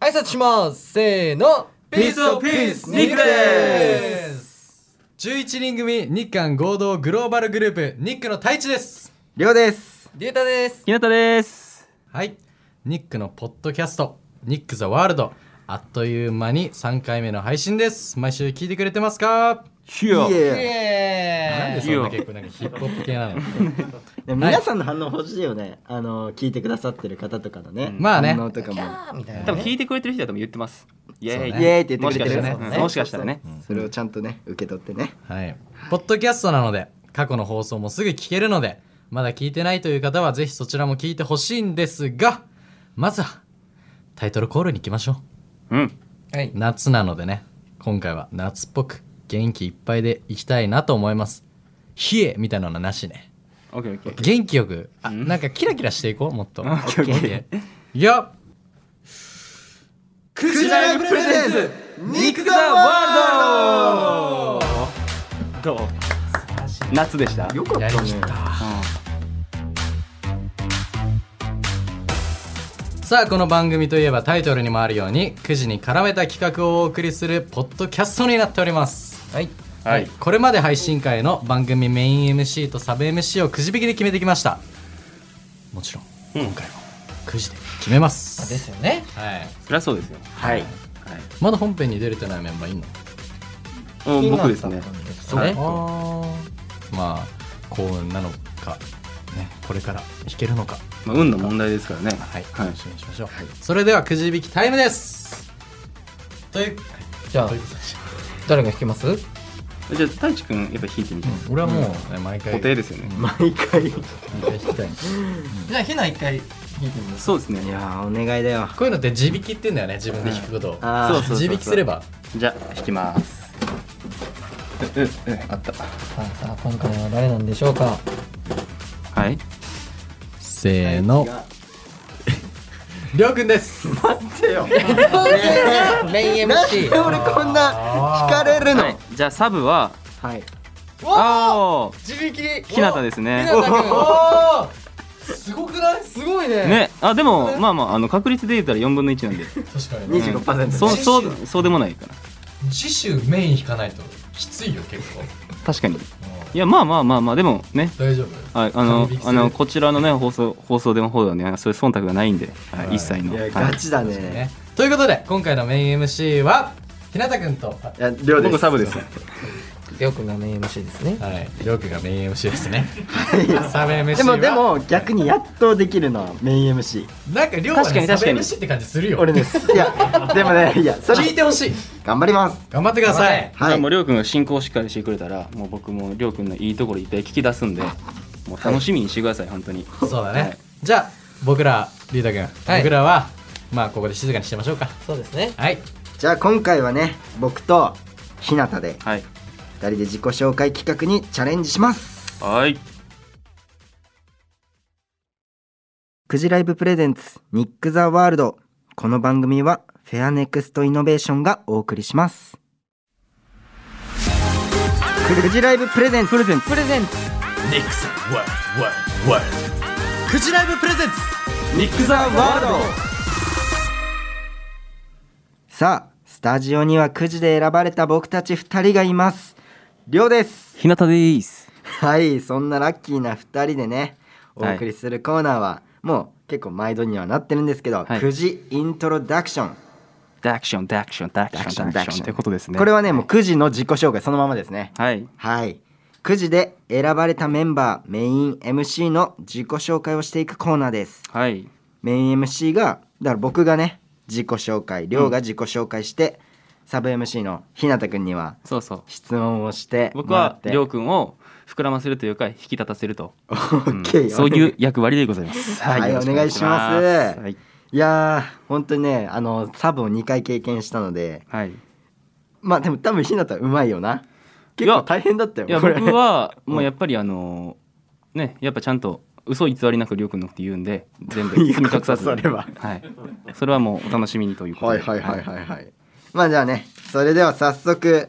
挨拶しますせーのピースオブピースニックです11人組日韓合同グローバルグループニックの太一ですりょうですデュータですひなたですはいニックのポッドキャストニックザワールドあっという間に3回目の配信です毎週聞いてくれてますかヒュいーイえなんでエーイそんな結構なんかヒップホップ系なのでも皆さんの反応欲しいよね、あの聞いてくださってる方とかのね、まあね反応とかもあーみたい多な分ね聞いてくれてる人だとも言ってますイエーイそうイねエーイって言ってくれてるもしかしたらねもしかしたらねそうそうそれをちゃんとね受け取ってねはいポッドキャストなので過去の放送もすぐ聞けるのでまだ聞いてないという方はぜひそちらも聞いてほしいんですがまずはタイトルコールに行きましょううんはい夏なのでね今回は夏っぽく元気いっぱいでいきたいなと思います冷えみたいなのはなしねオッケーオッケー元気よくあんなんかキラキラしていこうもっ と OK OK いやクジライブプレゼンツニクザワールドどう夏でしたよかったやりきねったうさあこの番組といえばタイトルにもあるように9時に絡めた企画をお送りするポッドキャストになっておりますはいんはいこれまで配信会の番組メイン MC とサブ MC をくじ引きで決めてきましたもちろん今回も9時で決めまあす、ですよねはい、そりゃそうですよはいまだ本編に出れてないメンバーいんのうん僕ですね気になったんですそうねねまあ幸運なのか、ね、これから弾けるのかまあ運の問題ですからねはい、はい一緒にしましょう、それではくじ引きタイムですというじゃあということで誰が弾きますじゃあ太一くんやっぱ引いてみて俺はもうね、毎回固定ですよね毎回い毎回弾きたいじゃあひな一回弾いてみますそうですねやーお願いだよこういうのって地引きって言うんだよね自分で弾くことを、あーそうそうそうそう地引きすればじゃあ引きますうううあったさあさあ今回は誰なんでしょうかはいせーのりょうくんですせよメインなんで MC 俺こんな惹かれるのはいじゃあサブははいあ自力あひなたですねひなたくんおーすごくないすごいねね、あでもまあまああの確率で言ったら4分の1なん で確かにね25%そうねそうそうでもないから次週メイン弾かないときついよ結構確かにいやまあまあまあまあでもね大丈夫ああの神引きすあるのこちらのね放送 放送でもほどねそういう忖度がないんで、はいはい一切のいやはガいチだそうですねねということで今回のメイン MC はひなたくんといやりょうです僕サブですよくがメイン MC ですねはいりょうくんがメイン MC ですねサブ MC はでもでも逆にやっとできるのはメイン MC なんかりょうは、確かね、にサブ確かに MC って感じするよ 俺ですいやでもねいやそれ聞いてほしい頑張ります頑張ってくださいじゃはあいもうりょうくんが進行しっかりしてくれたらもう僕もりょうくんのいいところいっぱい聞き出すんでもう楽しみにしてください本 当にそうだね、はいじゃあ僕らりゅうたくん、い僕らはまあここで静かにしてましょうかそうですねはいじゃあ今回はね僕と日向ではい2人で自己紹介企画にチャレンジしますはいくじライブプレゼンツニック・ザ・ワールドこの番組はフェアネクストイノベーションがお送りしますくじライブプレゼンツプレゼンツプレゼンツニックスワールドワールドワールドクジライブプレゼンツニック・ザ・ワールドさあスタジオにはくじで選ばれた僕たち2人がいますりょうですひなたですはいそんなラッキーな2人でねお送りするコーナーは、もう結構毎度にはなってるんですけど、はいくじイントロダクション、ダクションダクションダクションダクションってことですねこれはねもうくじの自己紹介そのままですねはいはいくじで選ばれたメンバーメイン MC の自己紹介をしていくコーナーですはいメイン MC がだから僕がね自己紹介りょうが自己紹介して、サブ MC のひなたくんにはそうそう質問をして僕もらはって りょうくんを膨らませるというか引き立たせると、うん OK そういう役割でございますはいよろくお願いしますはい、いやー本当にねあのサブを2回経験したのではい、いまあでも多分ひなたうまいよな結構大変だったよやこれ僕はもうやっぱりあのねやっぱちゃんと嘘偽りなくりょうくんのって言うんで全部どういう包み隠さずことそれははい、それはもうお楽しみにということはいではいはいはいはいまあじゃあねそれでは早速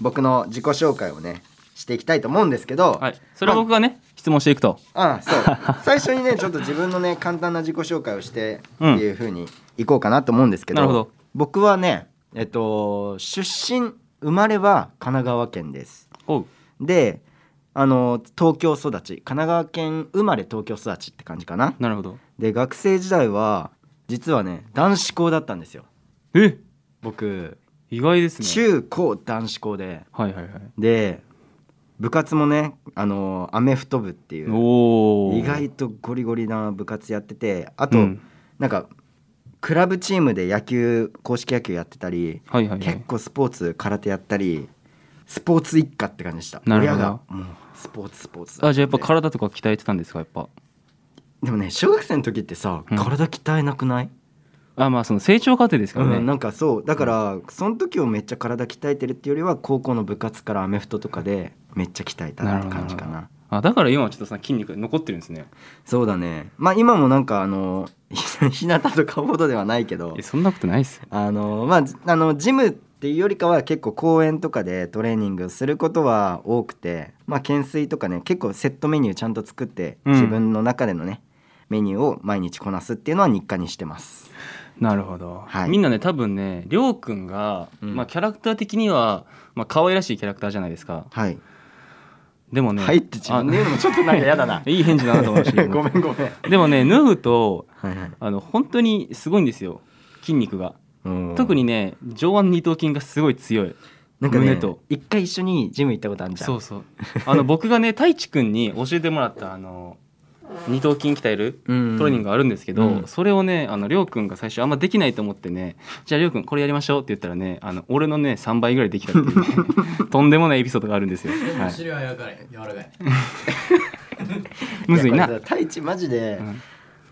僕の自己紹介をねしていきたいと思うんですけど、はい、それは僕がね質問していくとああそう 最初にねちょっと自分のね簡単な自己紹介をしてっていうふうにいこうかなと思うんですけどなるほど僕はねえっと出身生まれは神奈川県ですおうであの東京育ち神奈川県生まれ東京育ちって感じかななるほどで学生時代は実はね男子校だったんですよえ僕意外ですね中高男子校ではいはいはいで部活もねあのアメフト部っていうおお意外とゴリゴリな部活やっててあと、うんなんかクラブチームで野球公式野球やってたり、はいはいは結い構スポーツ空手やったりスポーツ一家って感じでしたなるほど親がもうスポーツスポーツあじゃあやっぱで体とか鍛えてたんですかやっぱでもね小学生の時ってさ、うん体鍛えなくない、あまあその成長過程ですからね、うんなんかそうだから、その時をめっちゃ体鍛えてるっていうよりは高校の部活からアメフトとかでめっちゃ鍛えたなって感じかななあだから今はちょっとその筋肉が残ってるんですねそうだねまあ今もなんかあの 日向とかほどではないけどえそんなことないっすよあのまあじあのジムっていうよりかは結構公園とかでトレーニングすることは多くてまあ懸垂とかね結構セットメニューちゃんと作って、うん自分の中でのねメニューを毎日こなすっていうのは日課にしてますなるほど、はいみんなね多分ねりょうくんが、うんまあ、キャラクター的には、まあ可愛らしいキャラクターじゃないですかはい、でもねはいって自分で言うのもちょっとなんか嫌だな いい返事だなと思うし ごめんごめんでもね脱ぐとはいはいあの本当にすごいんですよ筋肉がうん特にね上腕二頭筋がすごい強いなんか胸ねと一回一緒にジム行ったことあるじゃんそうそうあの僕がね太一くんに教えてもらったあの二頭筋鍛えるうんトレーニングがあるんですけど、うんそれをねあのりょうくんが最初あんまできないと思ってねじゃありょうくんこれやりましょうって言ったらねあの俺のね3倍ぐらいできたってい うねとんでもないエピソードがあるんですよ、はい、尻は柔らかい柔らかいむずいやなこれさ太一マジで、うん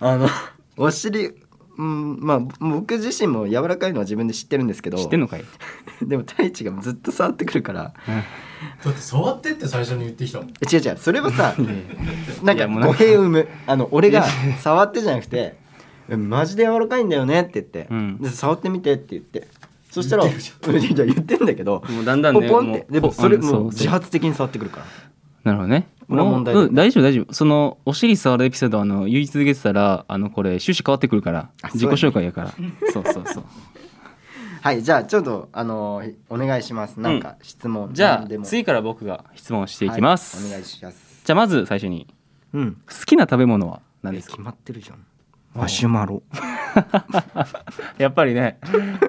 あの お尻うんまあ僕自身も柔らかいのは自分で知ってるんですけど知ってんのかい、 でも太一がずっと触ってくるからだって触ってって最初に言ってきたもん違う違うそれはさなん いかやもうなん語か弊を生むあの俺が触ってじゃなくて「えマジで柔らかいんだよね」って言って「うんで触ってみて」って言ってそしたら「いやいや言ってんだけどもうだんだんポねポンってうでもポそれんもうう自発的に触ってくるからなるほどねこれは問題もうだうん大丈夫大丈夫そのお尻触るエピソードあの言い続けてたらあのこれ趣旨変わってくるからあそうや自己ね紹介 やからそうそうそうはいじゃあちょっとあのーお願いしますなんか質問、じゃ何であも次から僕が質問していきます、はいお願いしますじゃあまず最初にうん好きな食べ物は何えですか決まってるじゃんマシュマロやっぱ りね、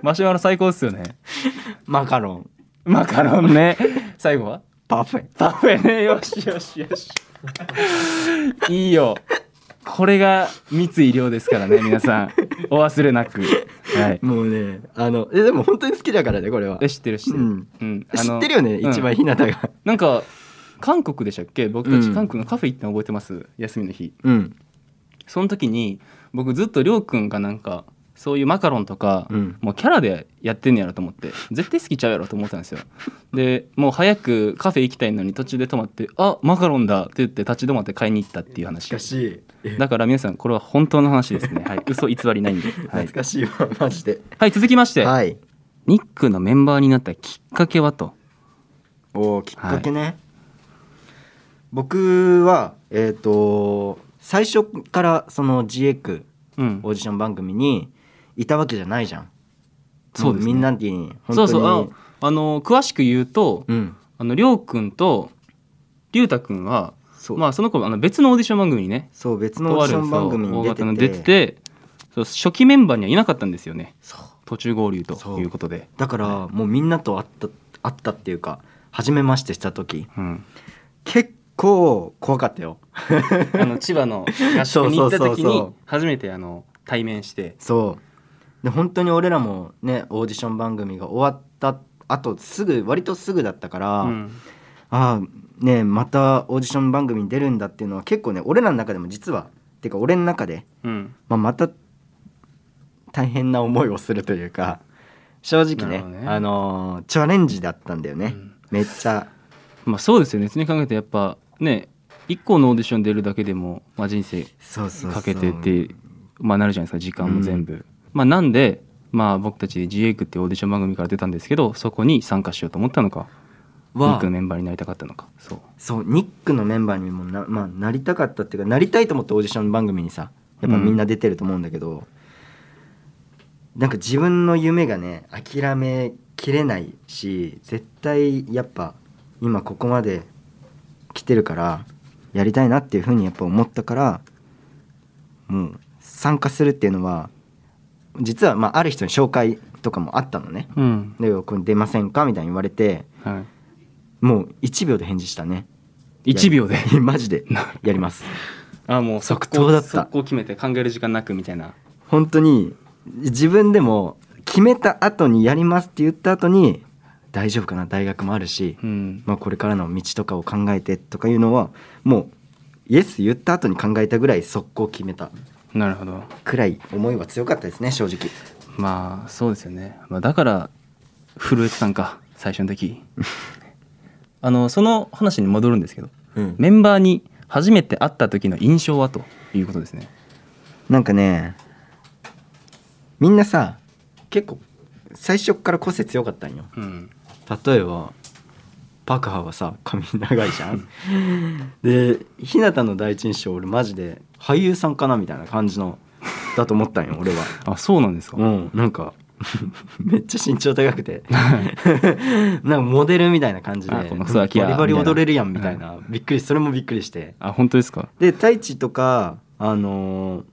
マシュマロ最高っすよね。マカロンマカロンね。最後はパフェパフェね。よしよしよし。いいよ。これが三井亮ですからね、皆さん。お忘れなく。はい。 もうねあのえでも本当に好きだからねこれはえ、知ってる知ってる。うんうんあ知のってるよね、うん一番日向がなんか、韓国でしたっけ僕たうちん韓国のカフェ行ったの覚えてます休みの日。うんその時に、僕ずっと亮くんがなんか、そういうマカロンとか、うんもうキャラでやってんねやろと思って絶対好きちゃうやろと思ってたんですよでもう早くカフェ行きたいのに途中で止まって「あマカロンだ」って言って立ち止まって買いに行ったっていう話しかしえだから皆さんこれは本当の話ですね、 はい、嘘偽りないんで、は懐、いかしいわマジではい、続きまして、はいニックのメンバーになったきっかけはとおーきっかけね、僕はえっ、と最初からその GA 区うんオーディション番組にいたわけじゃないじゃんそうですねもみんなに本当にそうそうあのあの詳しく言うとうんあのりょうくんとりゅうたくんはそう、まあその子あの別のオーディション番組にねそう別のオーとあディるシそョうン番組に大出型のて出てててそう初期メンバーにはいなかったんですよねそう途中合流とそういうことで、だからもうみんなと会った会ったっていうか初めましてした時うん、結構怖かったよ あの千葉の合宿に行ったそうそう時そうそにう初めてあの対面してそうで本当に俺らもねオーディション番組が終わったあとすぐ割とすぐだったから、うんああねまたオーディション番組に出るんだっていうのは結構ね俺らの中でも実はてか俺の中で、うんまあ、また大変な思いをするというか正直ねなるほどねあのーチャレンジだったんだよね、うんめっちゃまあそうですよね普通に考えてやっぱね一個のオーディション出るだけでも、まあ、人生そうそうそうかけてってまあ、なるじゃないですか時間も全部、まあ、なんで、まあ、僕たち g エクっていうオーディション番組から出たんですけどそこに参加しようと思ったのかニッはクのメンバーになりたかったのかそうそうニックのメンバーにもな,、まあ、なりたかったっていうかなりたいと思ってオーディション番組にさやっぱみんな出てると思うんだけど、なんか自分の夢がね諦めきれないし絶対やっぱ今ここまで来てるからやりたいなっていうふうにやっぱ思ったからもう参加するっていうのは実はまあある人に紹介とかもあったのね。うんでこれ出ませんかみたいに言われてはもう1秒で返事したねい、1秒で マジでやりますあもう即答だった速攻決めて考える時間なくみたいな本当に自分でも決めた後にやりますって言った後に大丈夫かな大学もあるし、うんまあ、これからの道とかを考えてとかいうのはもうイエス言った後に考えたぐらい速攻決めたなるほどくらい思いは強かったですね正直まあそうですよね、まあ、だから震えてたんか最初の時 あのその話に戻るんですけどうんメンバーに初めて会った時の印象はということですねなんかねみんなさ結構最初っから個性強かったんようん例えばパクハはさ髪長いじゃんで日向の第一印象俺マジで俳優さんかなみたいな感じのだと思ったんよ俺はあそうなんですか、うんなんかめっちゃ身長高く てなんかモデルみたいな感じであこの草木やバリバリみたいな踊れるやんみたいなびっくりそれもびっくりしてあ本当ですかで太一とかあのー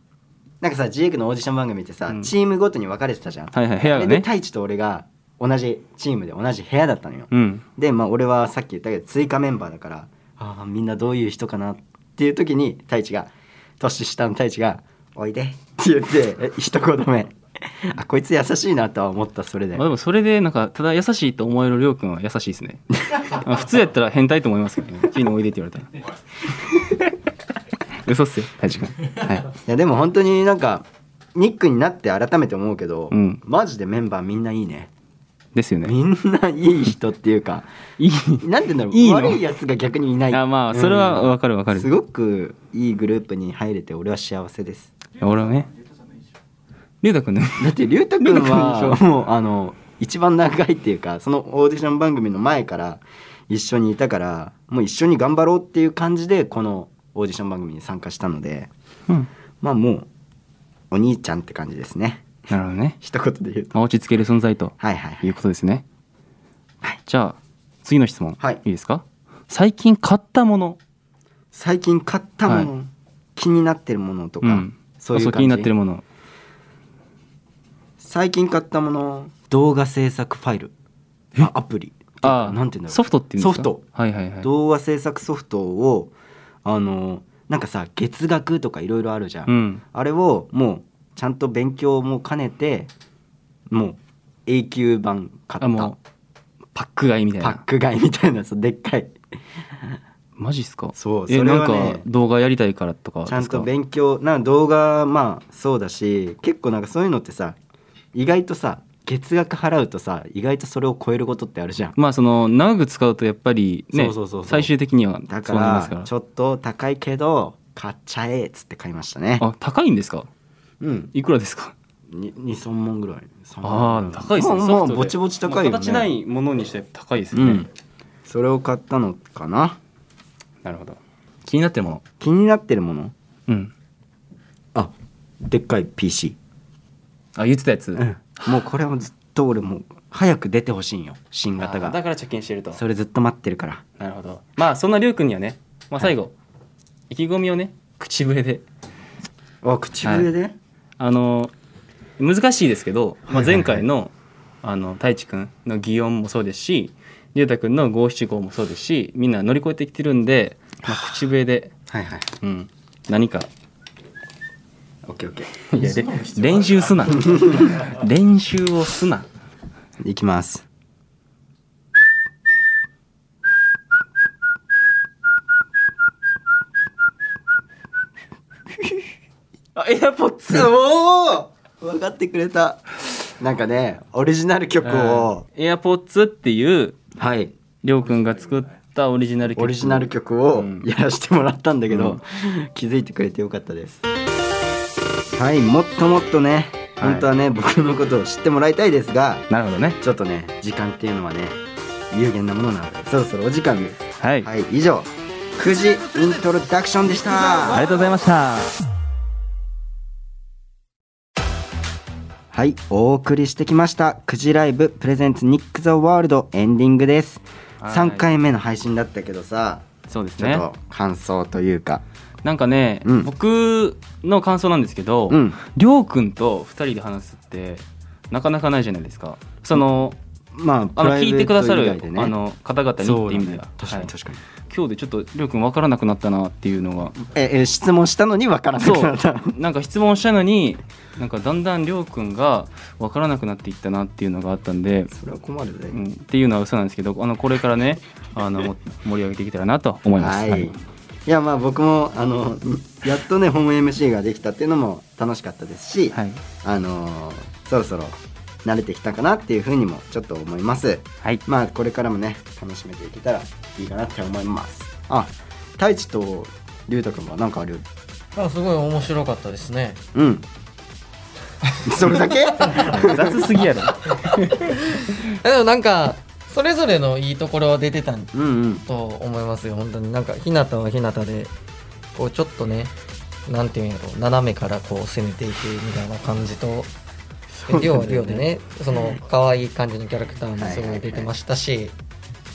なんかさ GX のオーディション番組ってさ、うんチームごとに分かれてたじゃん、はいはい部屋でがね太一と俺が同じチームで同じ部屋だったのよ、うんでまあ俺はさっき言ったけど追加メンバーだからああみんなどういう人かなっていう時に太一が年下の太一が「おいで」って言ってえ一言目あこいつ優しいなとは思ったそれでまあ、でもそれでなんかただ優しいと思えるりょうくんは優しいですねあ普通やったら変態と思いますけどね急においでって言われ たら嘘っすよ大地君はいいやでも本当になんかニックになって改めて思うけど、うんマジでメンバーみんないいねですよねみんないい人っていうか いいなんて言うんだろういいの悪いやつが逆にいないあまあそれはわかるわかるすごくいいグループに入れて俺は幸せです俺はねりゅうたくんねだって龍太君はもうあの一番長いっていうかそのオーディション番組の前から一緒にいたからもう一緒に頑張ろうっていう感じでこのオーディション番組に参加したのでうんまあもうお兄ちゃんって感じですねなるほどね、一言で言うとまあ、落ち着ける存在とはいはいはいいうことですねはいじゃあ次の質問、はいいですか最近買ったもの最近買ったもの、気になってるものとか、うんそういうあ感じ気になってるもの最近買ったもの動画制作ファイルあアプリあなんていうんだろうソフトっていうんですかソフトはいはいはい動画制作ソフトをあのなんかさ月額とかいろいろあるじゃん、うんあれをもうちゃんと勉強も兼ねてもう永久版買あっもたうパック買いみたいパなック買いみたいなそうでっかいマジっすかそうえそれなんはかね動画やりたいからとかですちかゃんと勉強なんか動画まあそうだし結構なんかそういうのってさ意外とさ月額払うとさ意外とそれを超えることってあるじゃんまあその長く使うとやっぱりねそうそうそうそう最終的にはだかそうなりますらからちょっと高いけど買っちゃえっつって買いましたねあ高いんですかうんいくらですか23万ぐらい3あ万あ高いですねまあソまあフトでぼちぼち高いよね、まあ形ないものにして高いですうよね、んそれを買ったのかななるほど気になってるもの気になってるものうんあでっかい PC、あ言ってたやつ、うん、もうこれはずっと俺もう早く出てほしいんよ新型あーだがから貯金してるとそれずっと待ってるからなるほどまあそんなりゅうくんにはね、まあ、最後、意気込みをね口笛であ口笛で、あの難しいですけど、まあ、前回のあの太一くんの擬音もそうですしりゅうたくんの五七五もそうですしみんな乗り越えてきてるんで、まあ、口笛で、はい、はいうん、何かオッケーオッケいやれ練習すな 練習をすなーいきます あエアポッツおお分かってくれたなんかねオリジナル曲を、エアポッツっていうはいりょうくんが作ったオリジナル曲オリジナル曲をうんやらせてもらったんだけど、うん気づいてくれてよかったですはいもっともっとねはい本当はね、僕のことを知ってもらいたいですがなるほどねちょっとね時間っていうのはね有限なものなのでそろそろお時間ですはい、はい以上9時イントロダクションでしたありがとうございましたははいお送りしてきました「クジライブプレゼンツニック・ザ・ワールド」エンディングですはい3回目の配信だったけどさそうですちょっねと感想というか、なんかね、うん僕の感想なんですけど、うんりょうくんと2人で話すってなかなかないじゃないですかその,、まああの聞いてくださプる、ライベート以外でねあの方々にそっうて意だ味でねは、確かはにい確かに、今日でちょっとりょうくん分からなくなったなっていうのがええ質問したのにわからなくなったなんか質問したのになんかだんだんりょうくんが分からなくなっていったなっていうのがあったんで、 それは困るねうん、っていうのは嘘なんですけどあのこれからねあのも盛り上げていけたらなと思います。はい、いやまあ僕もあのやっとね本 MC ができたっていうのも楽しかったですし、はいあのそろそろ慣れてきたかなっていうふうにもちょっと思いますはいまあこれからもね楽しめていけたらいいかなって思いますあ太一と龍太君は何かあるあすごい面白かったですねうん それだけ雑すぎやろ。あでもなんかそれぞれのいいところは出てたん うんうんと思いますよ本当になんかひなたはひなたでこうちょっとねなんていうんやろ斜めからこう攻めていくみたいな感じとでりょうはりょうでねその可愛い感じのキャラクターもすごい出てましたし、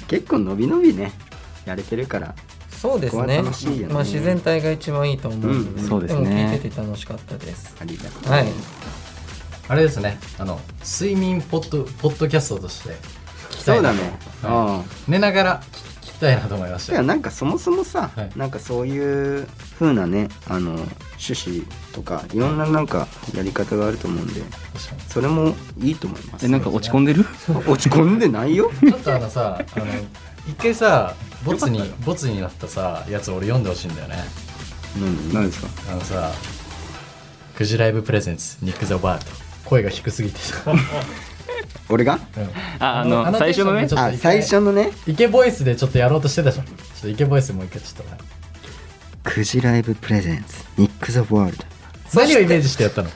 結構伸び伸びねやれてるからそうですここはね楽しいよねまあ、自然体が一番いいと思うので,、うんそうですねも聞いてて楽しかったですありがとうはいあれですねあの睡眠ポッドポッドキャストとして聞きたそいうなだね、はうん寝ながら聞き聞きたいなと思いましただからなんかそもそもさ、はいなんかそういう風なねあの趣旨とかいろんななんかやり方があると思うんで確かにそれもいいと思いますえなんか落ち込んでる？ 落ち込んでないよちょっとあのさ、あの一回さ、ボツにボツになったさやつ俺読んでほしいんだよね。うん何ですか？あのさ、クジライブプレゼンツニックザバート。声が低すぎて さ。俺がうんああのあの最初のテンねションでちょっとあ一回最初のねイケボイスでちょっとやろうとしてたじゃん。ちょっとイケボイスもう一回ちょっと。 「クジライブプレゼンツニック・ザ・ワールド何をイメージしてやったの？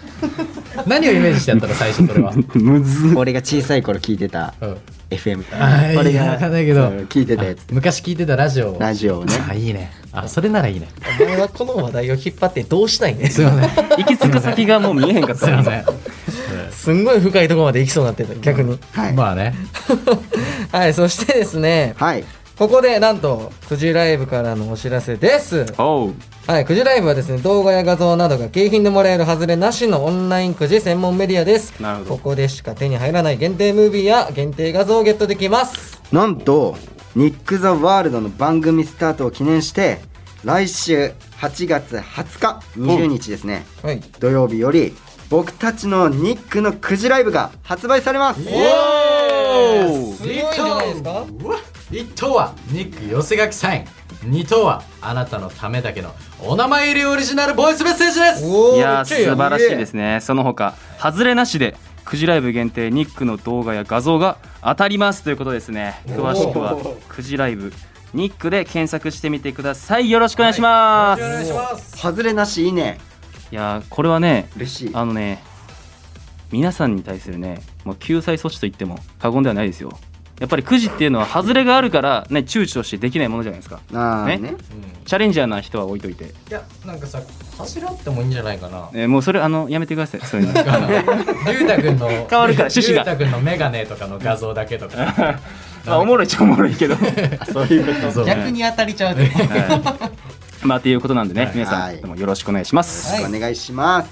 何をイメージしてやったの最初それ は。」むず俺が小さい頃聞いてたうん。 FM あー俺いやわかんないけどそう聞いてたやつあ昔聞いてたラジオを。ラジオをねあいいね。あそれならいいね。お前はこの話題を引っ張ってどうしたいねすいません。行き着く先がもう見えへんかっすいたまわ。せん。すんごい深いところまで行きそうになってた逆にはい、まあね。 はいそしてですねはいここでなんとくじライブからのお知らせですおうはい、くじライブはですね、動画や画像などが景品でもらえるハズレなしのオンラインくじ専門メディアです。なるほどここでしか手に入らない限定ムービーや限定画像をゲットできます。なんとニック・ザ・ワールドの番組スタートを記念して来週8月20日20日ですねはい。土曜日より僕たちのニックのくじライブが発売されますおすごいんじゃないですかうわ一等はニック寄せ書きサイン二等はあなたのためだけのお名前入りオリジナルボイスメッセージですお。いやー素晴らしいですすね。その他ハズレなしでクジライブ限定ニックの動画や画像が当たりますということですね。詳しくはクジライブニックで検索してみてください。よろしくお願いします。い、願いします外れなしいいねやーこれはね嬉しいあのね皆さんに対するねもう救済措置と言っても過言ではないですよ。やっぱりくじっていうのはハズレがあるからね躊躇してできないものじゃないですか。あーねねチャレンジャーな人は置いといて、いやなんかさ柱ってもいいんじゃないかなえーもうそれあのやめてくださいそういうの龍太君の変変わるから趣旨が龍太君のメガネとかの画像だけとか まあおもろいっちゃおもろいけど そういうことそうねに当たりちゃうね。はい、まあということなんでね、皆さん、はいどうもよろしくお願いします。お願いします、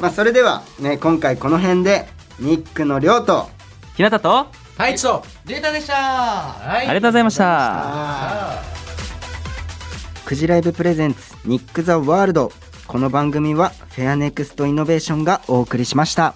まあそれではね今回この辺でニックの亮とひなたと、あはい一等データでしたはいりがとうございました。クジライブプレゼンツニック・ザ・ワールドこの番組はフェアネクストイノベーションがお送りしました